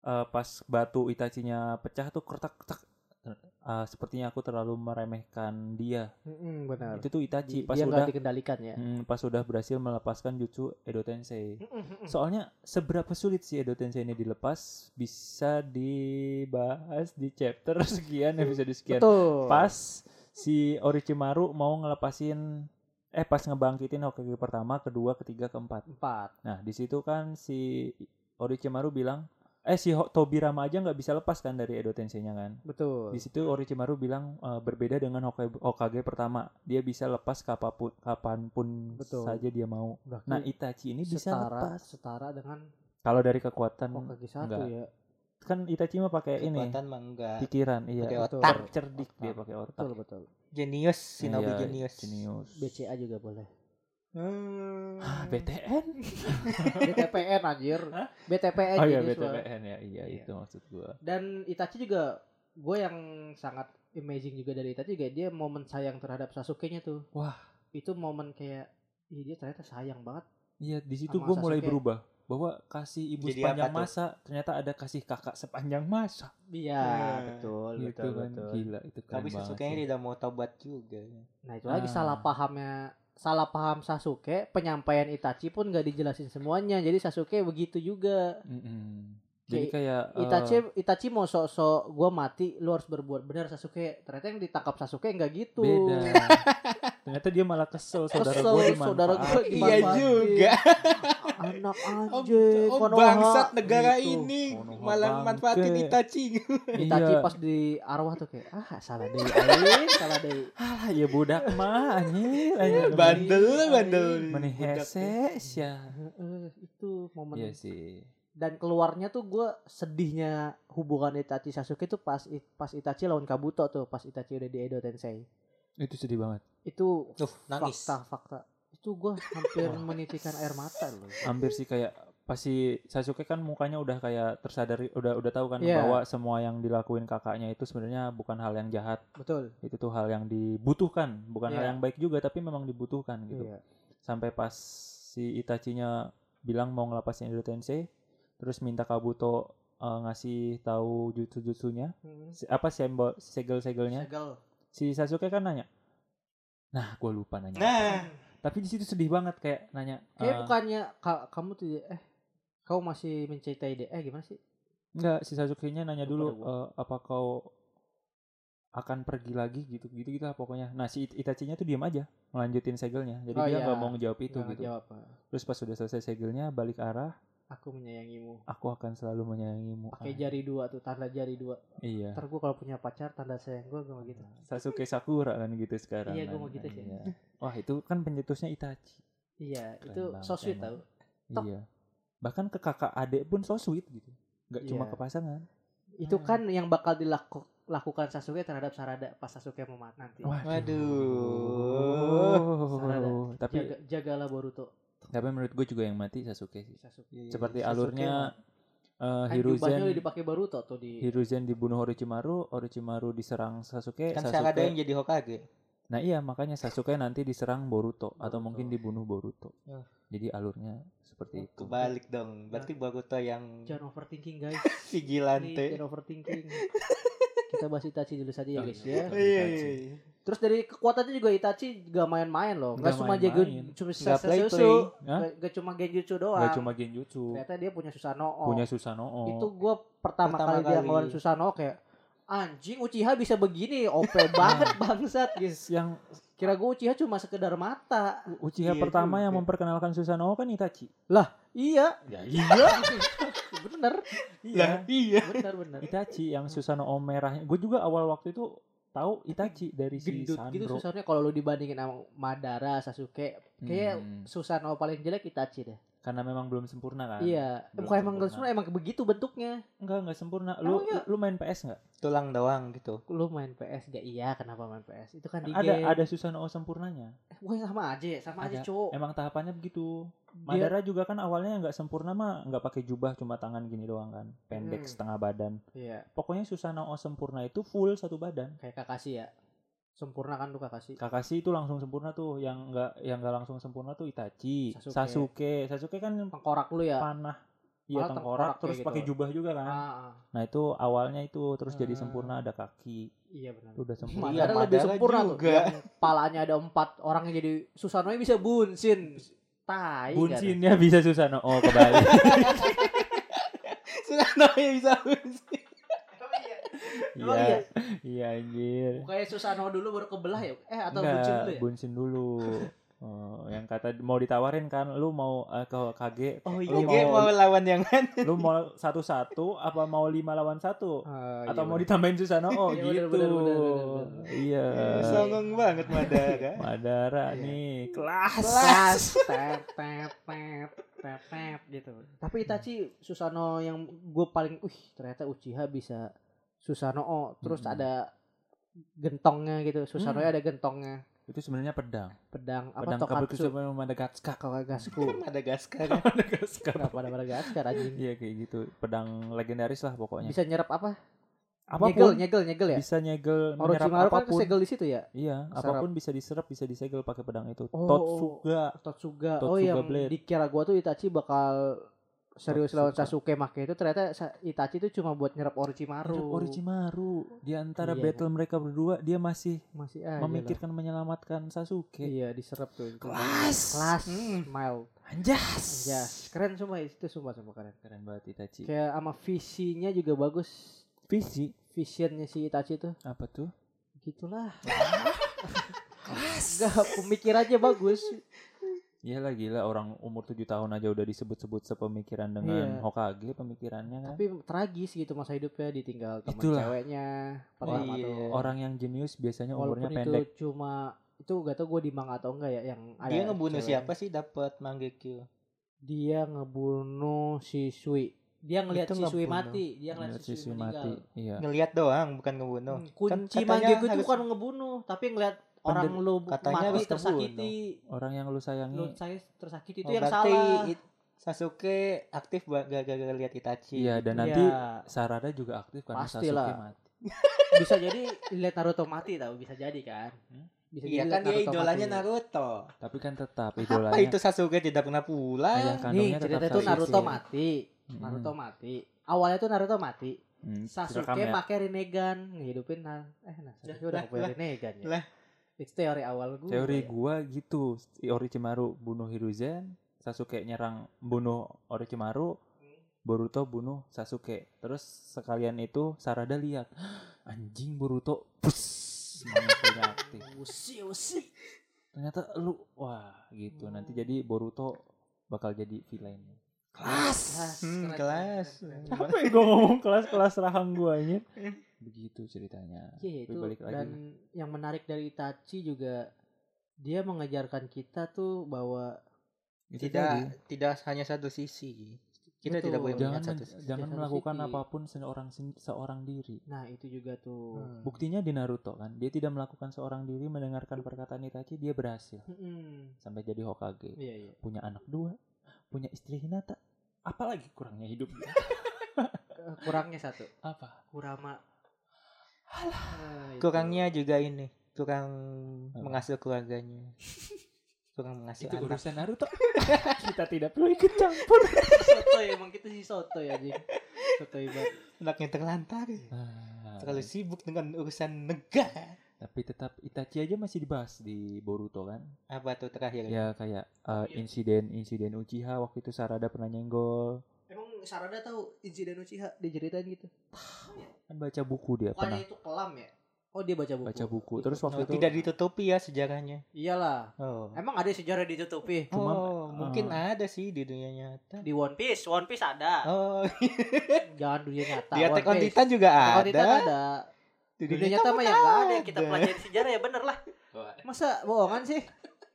eh, pas batu Itachinya pecah tuh kertak kertak. Eh, sepertinya aku terlalu meremehkan dia. Mm benar. Itu tuh Di- Itachi pas dia udah nggak dikendalikan ya. hmm, pas udah berhasil melepaskan jutsu Edo Tensei. Soalnya seberapa sulit sih Edo Tensei ini dilepas bisa dibahas di chapter sekian episode sekian. Betul. pas si Orochimaru mau ngelepasin eh pas ngebangkitin Hokage pertama, kedua, ketiga, keempat. empat. Nah, di situ kan si Orochimaru bilang, eh si Ho- Tobirama aja nggak bisa lepas kan dari Edo Tensei-nya kan. Di Betul. situ Orochimaru bilang e, berbeda dengan Hokage, Hokage pertama, dia bisa lepas kapapun, kapanpun Betul. saja dia mau. Berarti Nah, Itachi ini bisa setara lepas. Hmm. setara dengan Kalau dari kekuatan Hokage satu enggak. ya. kan Itachi mah pakai ini kekuatan mah enggak. pikiran, Pakai iya. Betul. otak. Cerdik dia pakai otak. Betul betul. Jenius, Shinobi Iya, jenius. Jenius. BCA juga boleh. Hmm. Ah, BTN? BTPN anjir. BTPN Oh iya jenis, Bang. BTPN ya, iya Iya. itu maksud gua. Dan Itachi juga gue yang sangat amazing juga dari Itachi juga dia momen sayang terhadap Sasuke-nya tuh. Wah. Itu momen kayak iya dia ternyata sayang banget. Iya di situ Sama gue mulai Sasuke. berubah bahwa kasih ibu Jadi sepanjang apa tuh? masa ternyata ada kasih kakak sepanjang masa Iya, Nah, betul, gitu kan gila itu keren Tapi banget Sasuke sih. tidak mau tobat juga. Nah, itu lagi Ah. salah pahamnya salah paham Sasuke, penyampaian Itachi pun gak dijelasin semuanya. Jadi Sasuke begitu juga. Mm-mm. jadi Kayak kayak eh, Itachi Itachi mau sok-sok gua mati, lu harus berbuat benar Sasuke. Ternyata yang ditangkap Sasuke nggak gitu. beda ternyata dia malah kesel saudara Kesel, gue saudara gua dimanfaatin. Iya dimanfaatin. juga. Anak Oh, anjing, oh, Konoha. bangsat negara Gitu. ini Konoha malah manfaatin bangke. Itachi. Itachi Iya. pas di arwah tuh kayak ah salah deh anjing, salah deh. Alah ya budak mah anjir anjir bandel Iya, bandel. Meni Budak tuh. hese sia. Heeh, Eh, itu momen Iya sih. dan keluarnya tuh gue sedihnya hubungan Itachi Sasuke tuh pas pas Itachi lawan Kabuto tuh pas Itachi udah di Edo Tensei Itu sedih banget. itu Tuh, nangis. fakta-fakta itu gue hampir menitikkan air mata loh Hampir sih kayak pasti Sasuke kan mukanya udah kayak tersadari udah udah tahu kan Iya. bahwa semua yang dilakuin kakaknya itu sebenarnya bukan hal yang jahat. betul Itu tuh hal yang dibutuhkan, bukan hal Iya. yang baik juga tapi memang dibutuhkan gitu. iya Sampai pas si Itachinya bilang mau ngelepasin Edo Tensei terus minta Kabuto eh, ngasih tahu jutsu-jutsunya Hmm. si- apa simbol segel-segelnya Segel. si Sasuke kan nanya nah gue lupa nanya Nah, tapi di situ sedih banget kayak nanya kayak eh, bukannya ka- kamu tuh eh kau masih mencintai dia eh gimana sih enggak si Sasuke nya nanya Lupa dulu dah gua. eh, apa kau akan pergi lagi gitu gitu gitu lah pokoknya nah si It- Itachi nya tuh diam aja ngelanjutin segelnya jadi Oh, dia iya. nggak mau ngejawab itu Nggak gitu ngejawab, Pak. terus pas sudah selesai segelnya balik arah aku menyayangimu aku akan selalu menyayangimu pakai Ah, jari dua tuh tanda jari dua iya ntar gue kalau punya pacar tanda sayang gue gue gitu Sasuke Sakura kan gitu sekarang Iya, gua kan. mau gitu sih. Iya. wah itu kan pencetusnya Itachi iya Keren itu banget so sweet tau emang. Tok. iya bahkan ke kakak adik pun so sweet gitu nggak cuma Iya. ke pasangan Hmm. Itu kan yang bakal dilakukan Sasuke terhadap Sarada pas Sasuke mau mati nanti. Waduh. Sarada. Tapi Jaga, jagalah Boruto tapi menurut gue juga yang mati Sasuke sih. Sasuke. Seperti Sasuke alurnya eh, Kan jubahnya udah Hiruzen dipakai Boruto tuh di Hiruzen dibunuh Orochimaru, Orochimaru diserang Sasuke, kan Sarada yang Sasuke. jadi Hokage. Nah iya makanya Sasuke nanti diserang Boruto, Boruto. atau Ya. mungkin dibunuh Boruto. Ah. Jadi alurnya seperti itu. Kebalik dong. Berarti Bakuto yang Jangan overthinking guys. Please, vigilante. Jangan overthinking. Kita bahas Itachi dulu saja ya guys Oke. ya. Itachi. Iya, iya, iya. Terus dari kekuatannya juga Itachi gak main-main loh. Gak Nggak cuma jago main-main. cuma Nggak play-play. Susanoo. Hah? Nggak- Nggak cuma Genjutsu doang. Gak cuma Genjutsu, Ternyata dia punya Susanoo. punya Susanoo. itu gue pertama, Pertama kali, dia kali. ngeluarin Susano kayak anjing Uchiha bisa begini OP Iya. banget bangsat guys yang kira gue Uchiha cuma sekedar mata Uchiha Iya pertama juga. yang memperkenalkan Susanoo kan Itachi. iya iya. bener Lah, iya. bener bener Itachi yang Susanoo merahnya. Gue juga awal waktu itu tahu Itachi dari si gendut Sandro. gitu Susano kalau lu dibandingin sama Madara Sasuke kayak Hmm. Susano paling jelek Itachi deh karena memang belum sempurna kan? iya belum bukan emang sempurna. Susano emang begitu bentuknya Enggak, enggak sempurna. Lu Emang ya? lu main PS enggak? Tulang doang gitu. lu main PS gak iya kenapa main PS itu kan di Ada game ada Susanoo sempurnanya. Wah, sama aja ya, sama aja Ada. cowok Emang tahapannya begitu. Dia- Madara juga kan awalnya enggak sempurna mah enggak pakai jubah cuma tangan gini doang kan. Pendek Hmm. setengah badan. iya Pokoknya Susanoo sempurna itu full satu badan. kayak Kakashi ya sempurna kan lu Kakashi Kakashi itu langsung sempurna tuh, yang enggak yang enggak langsung sempurna tuh Itachi, Sasuke. Sasuke. Sasuke, kan tengkorak lu ya panah. Iya Malah tengkorak tengkorak kayak terus gitu. pakai jubah juga kan. Ah, ah. Nah itu awalnya itu terus jadi Ah. sempurna ada kaki iya benar. itu udah sempurna. Madara Iya, lebih Madara sempurna tuh. juga. Yang palanya ada empat orang yang jadi Susanonya bisa bunsin. Tai. gak tuh? Bunsinnya bisa Susano. Oh kebalik. Sudah namanya bisa bunsi. Emang iya? Iya. Iya anjir. Bukannya Susano dulu baru kebelah ya? Eh atau bunsin Enggak, dulu ya? bunsin dulu. Oh, yang kata mau ditawarin kan lu mau eh, ke Kage Oh iya. Lu Oke, mau lawan yang kan. lu mau satu-satu apa mau lima lawan satu atau mau ditambahin Susano Oh, oh Iya, gitu bener, bener, bener, bener, bener. iya Songong banget Madara. Madara Iya. nih kelas Kelas. Tet, tet, tet, tet, tet, gitu. Tapi Itachi Susano yang gue paling, wih ternyata Uchiha bisa Susano oh, terus Mm-mm. ada gentongnya gitu. Susanonya ada gentongnya, itu sebenarnya pedang pedang apa Hmm. pedang tokatsu. Kabukisu Madagaskar Kawagasku. Madagaskar. Madagaskar Kenapa ada Madagaskar anjing? Iya kayak gitu, pedang legendaris lah pokoknya. Bisa nyerap apa? Nyegel, apapun nyegel, nyegel ya. bisa nyegel menyerap Orochimaru kan apapun segel di situ ya. iya Serap. apapun bisa diserap bisa disegel pakai pedang itu Oh, Totsuga Totsuga. Totsuga oh yang Blade. dikira gua tuh Itachi bakal serius Totsuga. lawan Sasuke make itu ternyata Sa- Itachi itu cuma buat nyerap Orochimaru. Mirip Orochimaru di antara Iya. battle mereka berdua dia masih Masih aja lah. memikirkan menyelamatkan Sasuke Iya, diserap tuh. kelas Kelas, Hmm. smile. anjas Yes. Keren semua itu sumpah sumpah keren. keren banget Itachi Kayak sama visinya juga bagus. visi Visionnya si Itachi tuh apa tuh gitulah. Enggak, pemikirannya bagus. Iyalah gila orang umur 7 tahun aja udah disebut-sebut sepemikiran Iya. dengan Hokage pemikirannya kan. Tapi tragis gitu masa hidupnya ditinggal teman Itulah. ceweknya. pertama iya. tuh. Orang yang jenius biasanya Walaupun umurnya itu pendek. cuma itu gak tau gue di manga atau enggak ya yang ada Dia ngebunuh cewek. siapa sih dapat Manggekyo? Dia ngebunuh si Sui. Dia ngelihat si Itu Sui ngebunuh. mati, dia ngelihat Lihat si sisi Sui mati. meninggal. Iya. Ngeliat doang bukan ngebunuh. Hmm, kunci kan katanya Manggekyo itu harus- bukan ngebunuh, tapi ngelihat orang Pender- lu katanya mati harus tersakiti, Orang yang lu lu sayangi. saya tersakiti itu Oh, yang berarti salah. It- Sasuke aktif ba- gara-gara lihat Itachi. Iya dan Iya. nanti Sarada juga aktif karena Pastilah. Sasuke mati. bisa jadi lihat Naruto mati tau, bisa jadi kan. Hmm? Bisa Iya jadi kan lihat dia Naruto idolanya mati. Naruto. Iya. Tapi kan tetap Apa idolanya itu Sasuke tidak pernah ayah pulang? Nih, kandungnya tetap cerita itu Sasuke. Naruto mati. Mm-mm. Naruto mati. Awalnya tuh Naruto mati. Hmm, Sasuke direkam ya. pakai Renegan, ngehidupin Nar- eh nah, Sasuke Lah, udah lah, punya lah, Renegan ya. lah. Itu teori awal gue. Teori gua gitu. Orochimaru bunuh Hiruzen, Sasuke nyerang bunuh Orochimaru, Hmm. Boruto bunuh Sasuke. Terus sekalian itu Sarada lihat, anjing Boruto pus manggilnya aktif. Usi usi. Ternyata lu wah gitu. Nanti Hmm. jadi Boruto bakal jadi villain. Kelas. Hmm, keren, kelas. keren, keren. Apa ya gua ngomong kelas-kelas rahang gua ini? Begitu ceritanya. Eh. Iya Tapi itu balik lagi. dan yang menarik dari Itachi juga dia mengajarkan kita tuh bahwa Itu tadi. Tidak tidak hanya satu sisi. Kita Betul. tidak boleh jangan melihat satu men- sisi. jangan satu melakukan sisi. apapun seorang sen- seorang diri. nah itu juga tuh Hmm. Buktinya di Naruto kan, dia tidak melakukan seorang diri mendengarkan perkataan Itachi, dia berhasil Mm-mm. sampai jadi Hokage. Iya iya. Punya anak dua, punya istri Hinata. Apalagi kurangnya hidup dia? Eh, Kurangnya satu. Apa? Kurama. Nah, itu. Kurangnya juga ini, kurang Apa? mengasuh keluarganya. Kurang mengasuh Itu anak. urusan Naruto. Kita tidak perlu ikut campur. soto ya, emang kita sih soto ya, anjing. Soto banget. Anaknya terlantar. Ah, Terlalu sibuk dengan urusan negara. tapi tetap Itachi aja masih dibahas di Boruto kan. Apa tuh terakhir? Ya kayak eh, insiden-insiden Uchiha waktu itu Sarada pernah nyenggol. Emang Sarada tahu insiden Uchiha diceritain gitu? Kan baca buku Bukannya dia pernah itu kelam ya? Oh dia baca buku. baca buku. Terus waktu Oh, itu tidak ditutupi ya sejarahnya. Iyalah. Oh. Emang ada sejarah ditutupi Cuma, oh, mungkin eh, ada sih di dunia nyata. di One Piece. One Piece ada. Eh, Oh, Jangan dunia nyata. di Attack on One Piece. Titan juga Attack on ada. Titan ada. Di Dunia nyata mah yang nggak ada yang kita ada. pelajari sejarah ya bener lah. Masa bohongan sih?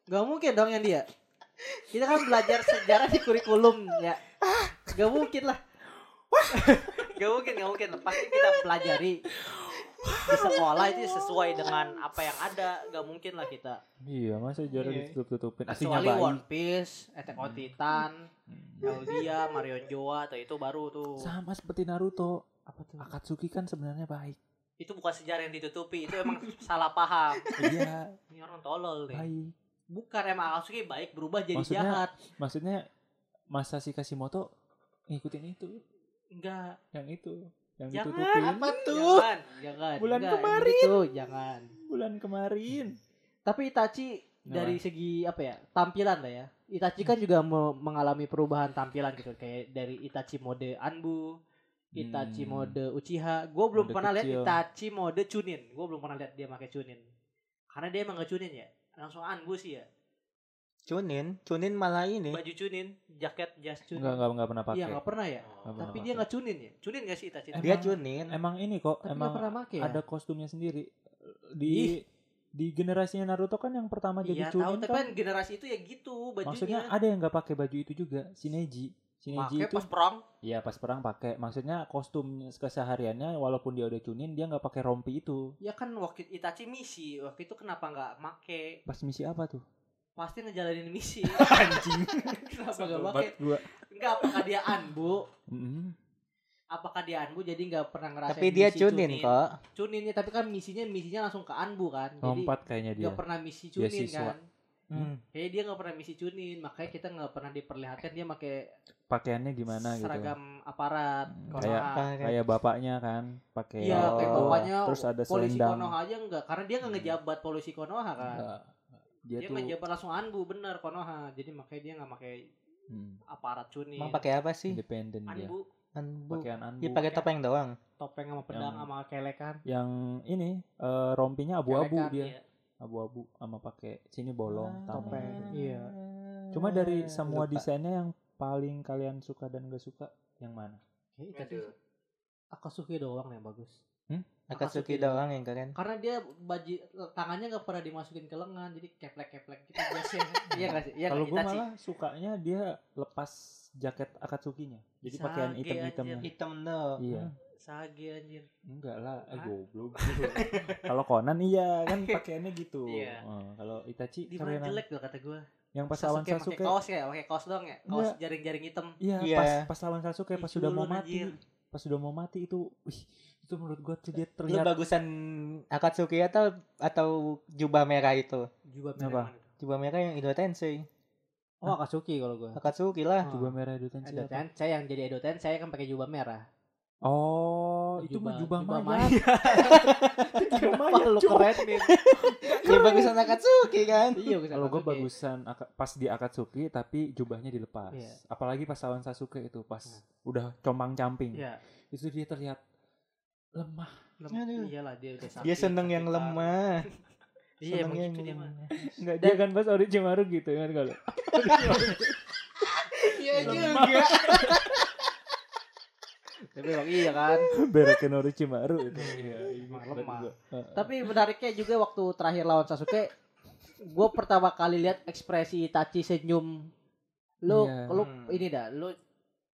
Gak mungkin dong yang dia. Kita kan belajar sejarah di kurikulum ya. Gak mungkin lah. Gak mungkin, gak mungkin. Pasti kita pelajari di sekolah itu sesuai dengan apa yang ada. Gak mungkin lah kita. Iya, masa jarang Iya. ditutup-tutupin. Aslinya Kecuali bayi. One Piece, Attack on Titan, Hmm. Eldia, Marion Joa, atau itu baru tuh. Sama seperti Naruto. Apa tuh? Akatsuki kan sebenarnya baik. Itu bukan sejarah yang ditutupi, itu emang salah paham. Iya, Ini orang tolol nih. baik. Bukan emang Akatsuki baik berubah jadi Maksudnya- jahat. Maksudnya masa si Kashimoto ngikutin itu, Enggak. yang itu, yang Jangan, ditutupin apa tuh? Jangan, jangan. Bulan Enggak, yang kemarin. Itu jangan. bulan kemarin. Tapi Itachi Kenapa? dari segi apa ya? Tampilan lah ya. Itachi Hmm. kan juga me- mengalami perubahan tampilan gitu kayak dari Itachi mode Anbu, Itachi Hmm. mode Uchiha. Gue belum Mode pernah lihat kecil. Itachi mode Chunin. Gue belum pernah lihat dia pakai Chunin. Karena dia emang gak Chunin ya. Langsung Anbu sih ya. Cunin, Cunin malah ini. Baju Chunin, jaket jas Chunin. Enggak, enggak, enggak pernah pakai. Iya, gak pernah ya. Nggak pernah Tapi dia pakai. gak Chunin ya. Cunin gak sih Itachi? Emang- Dia Cunin. Emang ini kok, Tapi emang nggak pernah pakai ya. ada kostumnya sendiri. Di di generasinya Naruto kan yang pertama Iya jadi tahu, Chunin tapi kan kan. generasi itu ya gitu bajunya. Maksudnya ada yang nggak pakai baju itu juga, si Neji. Si Neji pakai itu pas perang. Iya pas perang pakai. Maksudnya kostum kesehariannya walaupun dia udah cunin dia nggak pakai rompi itu. Ya kan waktu Itachi misi, waktu itu kenapa nggak make? Pas misi apa tuh? Pasti ngejalanin misi. Anjing. kenapa nggak make? gua. Enggak apakah dia anbu? apakah dia Anbu jadi nggak pernah ngerasain Tapi dia misi cunin kok. Cunin ya, tapi kan misinya misinya langsung ke Anbu kan. Jadi Lompat kayaknya dia. nggak pernah misi Dia cunin siswa. kan. Hmm, Kayaknya dia nggak pernah misi cunin, makanya kita nggak pernah diperlihatkan dia pakai Pakaiannya gimana gitu. seragam aparat. Hmm, Konoha. kayak- Apa kayak- Kayak bapaknya kan pakai Iya, itu. kayak bapaknya terus ada polisi selendang. Hmm. Konoha aja enggak, karena dia nggak ngejabat polisi Konoha kan. Enggak. Dia, Dia tuh ngejabat langsung Anbu bener Konoha, jadi makanya dia nggak pakai hmm, aparat cunin. Emang pakai apa sih? independen dia. Anbu Anbu. Pakaian anbu. Dia pakai topeng ya? doang. topeng sama pedang Yang- sama kelekan. Yang ini eh, rompinya abu-abu Kelekan, dia. iya. abu-abu sama pakai sini bolong Ah. topeng iya. cuma dari semua Eh, Lupa. desainnya yang paling kalian suka dan gak suka yang mana Kayaknya tadi Akatsuki gitu doang yang bagus. Akatsuki Akatsuki doang yang keren. Karena dia baji tangannya nggak pernah dimasukin ke lengan, jadi keplek-keplek gitu biasanya. iya nggak sih? Iya kalau nggak, gue Itachi? malah sukanya dia lepas jaket akatsukinya jadi Sage, pakaian hitam-hitamnya anjir. Hitam doang. Hmm. Iya. Sage anjir. enggak lah eh, Hah? goblok kalau Conan iya kan pakaiannya gitu Iya. Eh, kalau Itachi Di mana kerenan. jelek loh kata gue. yang pas lawan pakai Sasuke kaos ya, pakai kaos doang ya. Kaos Enggak. jaring-jaring hitam. iya Iya. pas pas lawan Sasuke pas Ih, iya. sudah mau culun, mati anjir. pas sudah mau mati itu wih, itu menurut gue tuh dia Lu terlihat bagusan Akatsuki atau atau jubah merah itu? Jubah Apa? merah. mana tuh? Jubah merah yang Indo Tensei. Oh, Akatsuki kalau gue. Akatsuki lah. coba merah Edo Tensei Edo apa? Tensei yang jadi Edo Tensei kan pakai jubah merah. Oh, itu mah jubah mayat. Jubah mayat lu keren nih. Ya bagusan Akatsuki kan. Iya, bagus. Kalau gue Akatsuki. bagusan aka- pas di Akatsuki tapi jubahnya dilepas. Iya. Apalagi pas lawan Sasuke itu pas Nah. udah compang camping. Iya. Itu dia terlihat lemah. Lem- Aduh. Iyalah Iya, dia udah sakit. Dia seneng yang sakitan. lemah. Iya, Seneng emang yang gitu dia mah. lemah. Enggak dia kan pas Orochimaru gitu kan kalau. Iya Lemah. juga. Tapi emang iya kan. Berekin Orochimaru itu. Iya, Emang lemah. Tapi menariknya juga waktu terakhir lawan Sasuke, gue pertama kali lihat ekspresi Itachi senyum. Lu, Iya. lu Hmm. ini dah, lu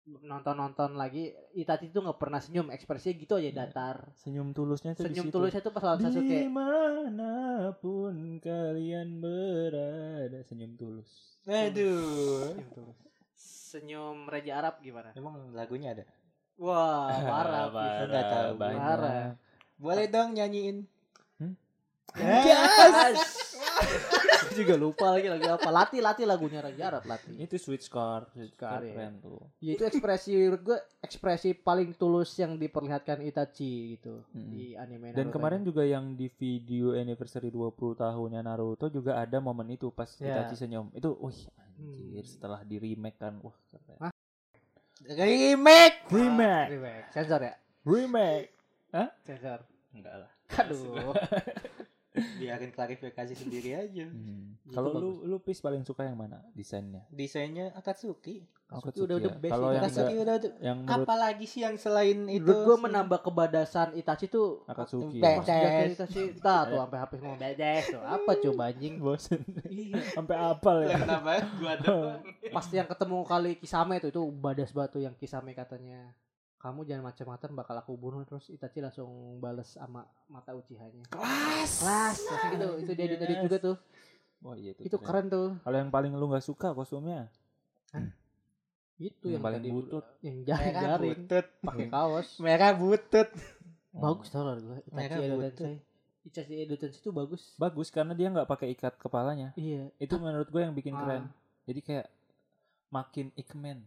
nonton-nonton lagi Itachi tuh nggak pernah senyum ekspresinya gitu aja datar senyum tulusnya tuh senyum di situ. tulusnya tuh pas lawan Sasuke Dimanapun kalian berada, senyum tulus. Aduh. Senyum tulus. senyum Raja Arab gimana Emang lagunya ada? wah parah Parah, bisa. Nggak tahu. banyak. Parah. Boleh dong nyanyiin. Hmm? Yes. Gua juga lupa lagi lagu apa. Lati lati lagunya Raja Arab lati. Itu switch card, switch Card, card ya. keren tuh. Ya, itu ekspresi menurut gue ekspresi paling tulus yang diperlihatkan Itachi gitu Mm. di anime Dan Naruto kemarin ini. juga yang di video anniversary 20 tahunnya Naruto juga ada momen itu pas Ya. Itachi senyum. Itu wih anjir Hmm. setelah di remake kan wah keren. Remake. Remake. remake. Sensor ya? Remake. Sensor. Enggak lah. Aduh. Biarin klarifikasi sendiri aja. Hmm. Itu Gitu Kalau lu lu pis paling suka yang mana desainnya? Desainnya Akatsuki. Akatsuki Akatsuki udah ya. the best itu. Kalau yang Akatsuki enggak- udah yang menurut apalagi sih yang selain itu menurut gue menambah kebadasan Itachi tuh Akatsuki. Be- ya. pas Bedes. dia Itachi tah tuh sampai habis ngomong bedes tuh apa coba anjing. Bosen. Iya. Sampai apal ya. kenapa gua doang pas yang ketemu kali Kisame itu itu badas batu yang Kisame katanya kamu jangan macam-macam bakal aku bunuh terus Itachi langsung bales sama mata Uchiha-nya. kelas Kelas langsung gitu itu dia Yes. tadi juga tuh. Wah, iya itu. Itu keren tuh. Kalau yang paling lu nggak suka kostumnya? Itu yang, yang paling tadi butut. yang merah jaring-jaring butut Ya, pakai kaos. merah butut Bagus tau lah gue Itachi Merah Edo butut. Tensei. Itachi Edo Tensei itu bagus. Bagus karena dia nggak pakai ikat kepalanya. Iya. Itu menurut gue yang bikin Ah. keren. Jadi kayak makin ikemen.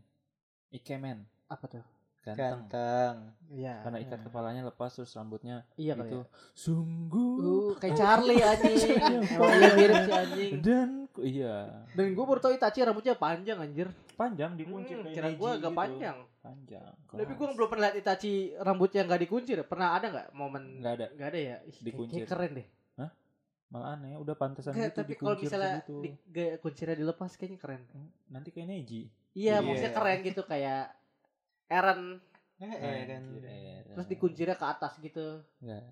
Ikemen. Apa tuh? Ganteng. ganteng Iya. karena ikat kepalanya lepas terus rambutnya Iya kali. gitu ya. sungguh Uh, kayak Charlie anjing. Emang dia mirip si anjing. dan ku- iya Dan gue baru tau Itachi rambutnya panjang anjir. panjang dikunci Hmm, kayak kira Neji gue agak gitu. panjang. panjang Tapi keras. gue belum pernah lihat Itachi rambutnya nggak dikunci deh. Pernah ada nggak momen? nggak ada Nggak ada ya. Ih, kayak- Dikunci. kayak keren deh. malah aneh udah pantesan Nggak, gitu tapi kalau dikuncir misalnya segitu. Hmm, di, gaya kuncinya dilepas kayaknya keren. nanti kayak Neji Iya, Iya. maksudnya keren gitu kayak Eren eh, eh, kan Anjir, eh, Iya, terus dikuncinya ke atas gitu. Nggak.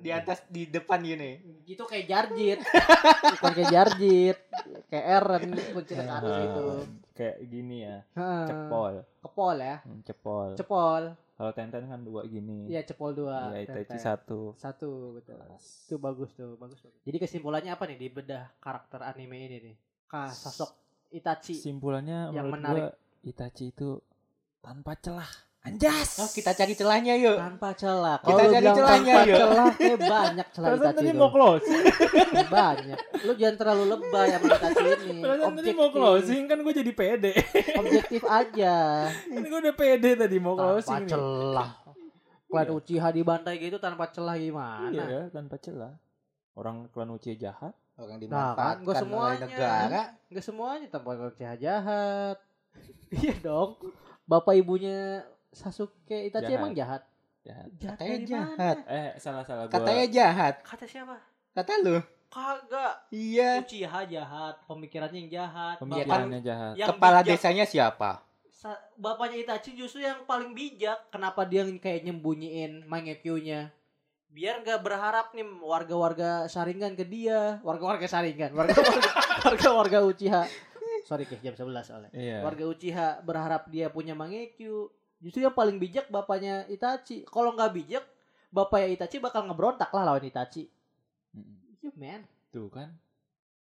di atas di depan gini Gitu kayak Jarjit. Bukan kayak Jarjit, kayak Eren kuncinya ke atas Eh. gitu. kayak gini ya Heeh. Iya. cepol Kepol ya. Hmm, cepol Cepol. kalau Tenten kan dua gini Iya, cepol dua. Iya, Itachi Tenten. satu Satu betul. Itu bagus tuh, bagus bagus. Jadi kesimpulannya apa nih di bedah karakter anime ini nih? Ka sosok Itachi. Simpulannya Yang menurut menarik. gua Itachi itu tanpa celah. Anjas. Oh, kita cari celahnya yuk. Tanpa celah. Kita Kalau lu cari bilang celahnya, tanpa yuk. celah, kayak banyak celah di Perasaan Itachi tadi itu. mau closing. Banyak. Lu jangan terlalu lebay sama Itachi ini. Perasaan tadi mau closing kan gue jadi pede. Objektif aja. Kan gue udah pede tadi mau Tanpa closing nih. celah. Klan Uchiha dibantai gitu tanpa celah gimana? Iya, ya, tanpa celah. Orang klan Uchiha jahat. kan, Orang dimanfaatkan gua oleh semuanya. negara. Enggak semuanya tanpa Uchiha jahat. iya dong. Bapak ibunya Sasuke Itachi Jahat. emang jahat. Jahat. Jahat Katanya dari mana? jahat. Eh, salah-salah gue. Katanya jahat. Kata siapa? Kata lu. Kagak. Iya. Eh. Uchiha jahat, pemikirannya yang jahat. Pemikirannya jahat. Yang Kepala bijak. desanya siapa? Sa- bapaknya Itachi justru yang paling bijak. Kenapa dia kayak nyembunyiin Mangekyo-nya? Biar nggak berharap nih warga-warga Sharingan ke dia, warga-warga Sharingan, warga-warga warga-warga Uchiha. Sorry Keh, jam 11 soalnya. Iya. Warga Uchiha berharap dia punya Mangekyo. Justru yang paling bijak bapaknya Itachi. Kalau nggak bijak, bapaknya Itachi bakal ngebrontak lah lawan Itachi. Iya, Mm-mm. You man. Tuh kan.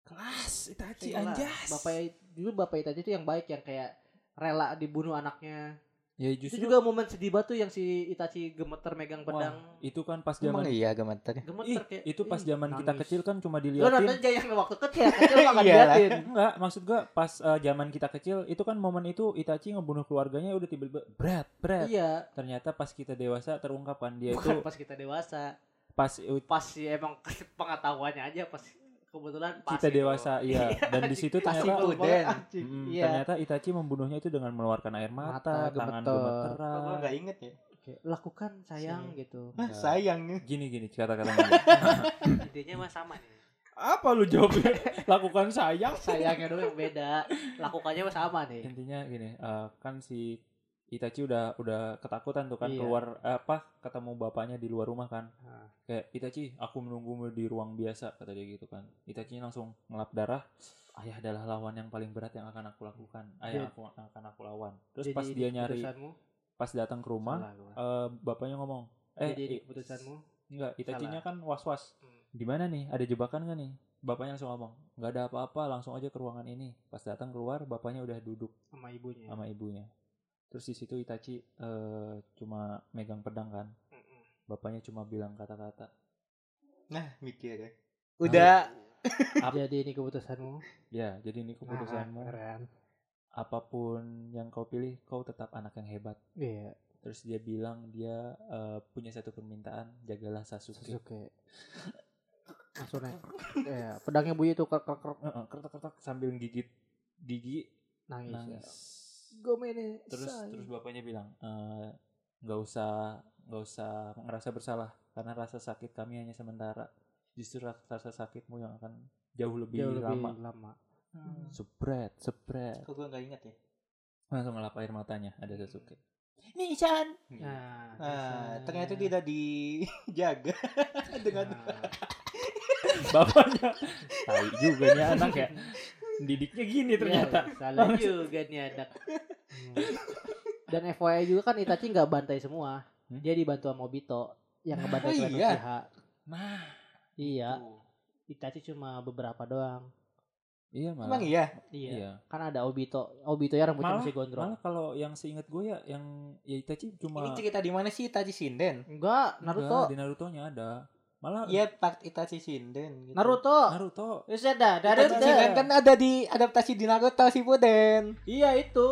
Kelas Iya, Itachi Tengoklah, anjas. Bapaknya dulu Iya, bapak Itachi itu yang baik yang kayak rela dibunuh anaknya. ya Itu justru juga momen sedih banget tuh yang si Itachi gemeter megang pedang. Wah, itu kan pas Emang zaman iya gemeter. Ih, gemeter kayak itu pas ih, zaman kita nangis. kecil kan cuma Lu nonton kan? diliatin. aja yang waktu kecil, kecil lu akan Iya lah. liatin. Enggak, maksud gua pas eh, zaman kita kecil itu kan momen itu Itachi ngebunuh keluarganya udah tiba-tiba berat, berat. Iya, Ternyata pas kita dewasa terungkapkan dia bukan itu pas kita dewasa. pas Pas sih emang pengetahuannya aja pas kebetulan pas kita itu. dewasa iya dan di situ Pas Ternyata- itu, ternyata Pasti banget, Uden. anjing. Hmm. Mm, Iya. ternyata Itachi membunuhnya itu dengan mengeluarkan air mata, Mata tangan gemeter. gemeteran. Gua nggak inget ya. Kayak, Lakukan sayang Sayang. gitu. Hah, sayang nih. Gini gini kata-kata gini. Idenya mah sama nih. Apa lu jawabnya? Lakukan sayang. Sayangnya doang yang beda. Lakukannya mah sama nih. Intinya gini, eh, kan si Itachi udah udah ketakutan tuh kan Iya. keluar eh, apa ketemu bapaknya di luar rumah kan. Nah. Kayak Itachi, aku menunggumu di ruang biasa kata dia gitu kan. Itachi langsung ngelap darah. Ayah adalah lawan yang paling berat yang akan aku lakukan. Ayah Jadi- aku akan aku lawan. Terus pas Iya. dia nyari, keputusanmu pas datang ke rumah, salah gua. eh, bapaknya ngomong, "Eh, Jadi di i- keputusanmu Enggak, Itachinya Salah. kan was-was. Hmm. Di mana nih? Ada jebakan gak nih? Bapaknya langsung ngomong, nggak ada apa-apa, langsung aja ke ruangan ini. Pas datang keluar, bapaknya udah duduk sama ibunya. sama ibunya. Terus di situ Itachi eh, cuma megang pedang kan. Mm-mm. Bapaknya cuma bilang kata-kata. Nah, mikir ya. Udah. Ap- Jadi ini keputusanmu. Ya, jadi ini Ah, keputusanmu. keren. Apapun yang kau pilih, kau tetap anak yang hebat. Iya, Terus dia bilang dia eh, punya satu permintaan, jagalah Sasuke. Sasuke. Langsung naik. Iya, pedangnya bunyi tuh krek krek krek Eh, eh, kertak-kertak sambil gigit gigi nangis. nangis. Gomene. terus terus bapaknya bilang "Eh, nggak usah nggak usah ngerasa bersalah karena rasa sakit kami hanya sementara justru ra- rasa sakitmu yang akan jauh lebih jauh lebih lama lama. Hmm. Sepret, sepret. iya. Kok gue nggak inget ya? Langsung ngelap air matanya ada Sasuke. Nisan. Nah, Ah, Nah, bisa. ternyata tidak dijaga dengan Nah. Bapaknya tai juga nih anak ya. Didiknya gini ternyata. Iya, salah juga nih anak. Hmm. Dan FYI juga kan Itachi nggak bantai semua. Hmm? Dia dibantu sama Obito yang ngebantai Ah, Clan iya. Uchiha. Nah, Iya, Tuh. Itachi cuma beberapa doang. iya malah. Emang iya? Iya. Iya. Kan ada Obito. Obito ya rambutnya Malah- masih gondrong. Malah kalau yang seingat gue ya yang ya Itachi Ini cuma cerita di mana sih Itachi Shinden? Enggak, Naruto. Enggak, di Naruto-nya ada. Malah Iya, part Itachi Shinden. gitu. Naruto. Naruto Ya sudah, dari Itachi Shinden kan ada di adaptasi di Naruto Shippuden. Iya itu.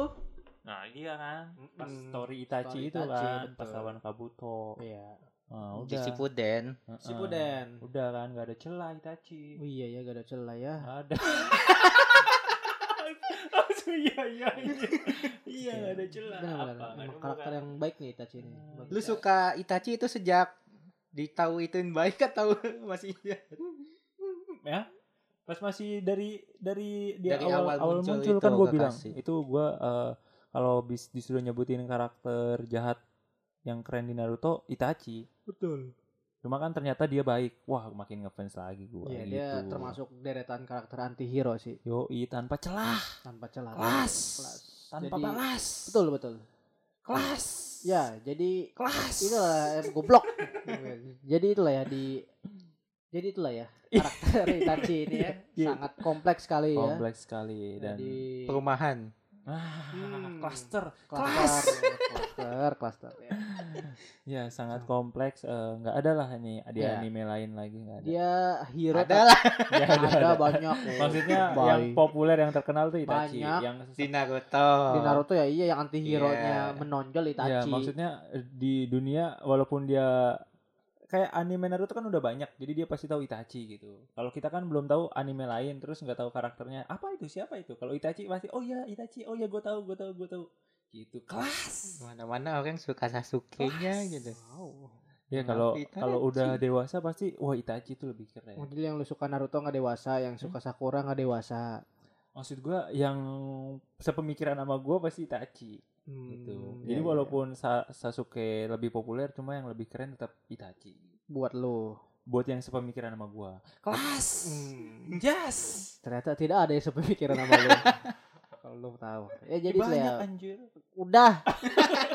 Nah iya kan Pas Mm-mm. story Itachi Story itu Itachi, kan betul. Pas lawan Kabuto Iya. nah, Di udah. Shippuden. Heeh. Shippuden. Udah kan gak ada celah Itachi iya ya gak ada celah ya. Nggak ada Langsung iya iya iya Iya gak ada celah Benar, benar. Apa nggak Emang ada karakter bukan. yang baik nih Itachi ini. Hmm. Bagus. Lu suka Itachi itu sejak ditahu ituin baik atau masih ya pas masih dari dari dia Dari awal, awal awal muncul muncul, itu kan gue gua bilang kasih. itu gue eh, kalau bis, disuruh nyebutin karakter jahat yang keren di Naruto Itachi betul. cuma kan ternyata dia baik wah makin ngefans lagi gue Iya, gitu. dia termasuk deretan karakter anti-hero sih, Yoi tanpa celah tanpa celah. Kelas. Kelas. tanpa Jadi- balas Betul, betul. kelas Ya, jadi kelas itulah eh, goblok. jadi itulah ya di jadi itulah ya karakter Itachi ini ya Iya. sangat kompleks sekali ya. kompleks sekali dan Jadi perumahan? ah Hmm. cluster kelas Cluster, cluster. Ya. Ya sangat kompleks. eh, Nggak ada lah ini ada Ya. Iya. anime lain lagi nggak ada. Dia hero Ada lah Ya, ada, ada. banyak. Maksudnya Bye. yang populer yang terkenal tuh Itachi. Banyak. Yang di Naruto. di Naruto ya iya yang anti hero nya Iya. menonjol Itachi. Ya maksudnya eh, di dunia walaupun dia kayak anime Naruto kan udah banyak, jadi dia pasti tahu Itachi gitu. Kalau kita kan belum tahu anime lain, terus nggak tahu karakternya apa itu siapa itu. Kalau Itachi pasti oh ya Itachi, oh ya gue tahu gue tahu gue tahu gitu kelas. Mana-mana orang suka Sasuke-nya gitu. Ya kalau Itachi. kalau udah dewasa pasti wah Itachi itu lebih keren. Model yang lu suka Naruto nggak dewasa, yang Hmm? suka Sakura nggak dewasa. Maksud gua yang sepemikiran sama gua pasti Itachi Hmm. gitu. Jadi iya, iya. walaupun Sa- Sasuke lebih populer, cuma yang lebih keren tetap Itachi. Buat lu Buat yang sepemikiran sama gua. Kelas. Hmm. Yes. ternyata tidak ada yang sepemikiran sama lu. Kalau lu tahu. Ya jadi Banyak ya, anjir. udah.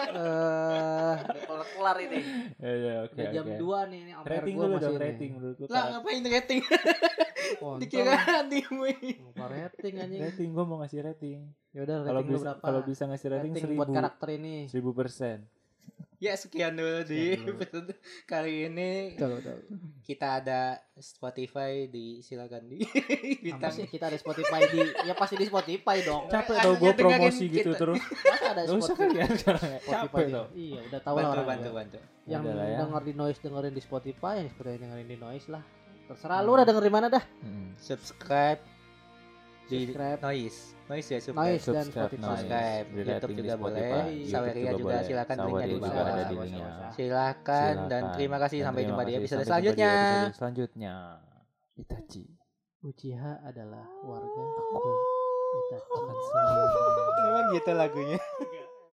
Eh, Kelar kelar ini. Ya ya oke udah jam oke. 2 nih ini ampere Rating gua dulu masih dong ini. rating menurut lu. Lah Kak. ngapain rating? Kontol, Dikira anime. lupa rating anjing. Rating gua mau ngasih rating. Ya udah Kalau rating lu bisa berapa? kalau bisa ngasih rating, rating seribu buat karakter ini. seribu persen. Ya sekian dulu di Sekian dulu. episode kali ini. Betul, betul. Kita ada Spotify di silakan di Apa bintang. sih kita ada Spotify di ya pasti di Spotify dong. Capek Akhirnya tau gua dengerin promosi gitu kita. terus. Masa ada Gak usah kali Spotify? ya sekarang ya. Spotify Capek di- tau. Iya, udah tahu lah Bantu orang. bantu bantu. Yang Udah lah ya. denger di noise dengerin di Spotify, yang Spotify dengerin di noise lah. Terserah Hmm. lu udah dengerin mana dah. Mm. Subscribe di Subscribe. Noise. Noise ya subscribe. Noise dan Subscribe, Spotify. noise. Subscribe. Di YouTube rating di juga boleh. Spotify, YouTube Saweria juga juga boleh. silakan linknya di Saweria bawah. juga ada di ya. Silakan. linknya. Silakan dan Silakan. terima kasih Dan sampai terima jumpa di kasih. episode Sampai jumpa di selanjutnya. episode selanjutnya. Itachi. Uchiha adalah warga aku. Itachi. Memang gitu lagunya.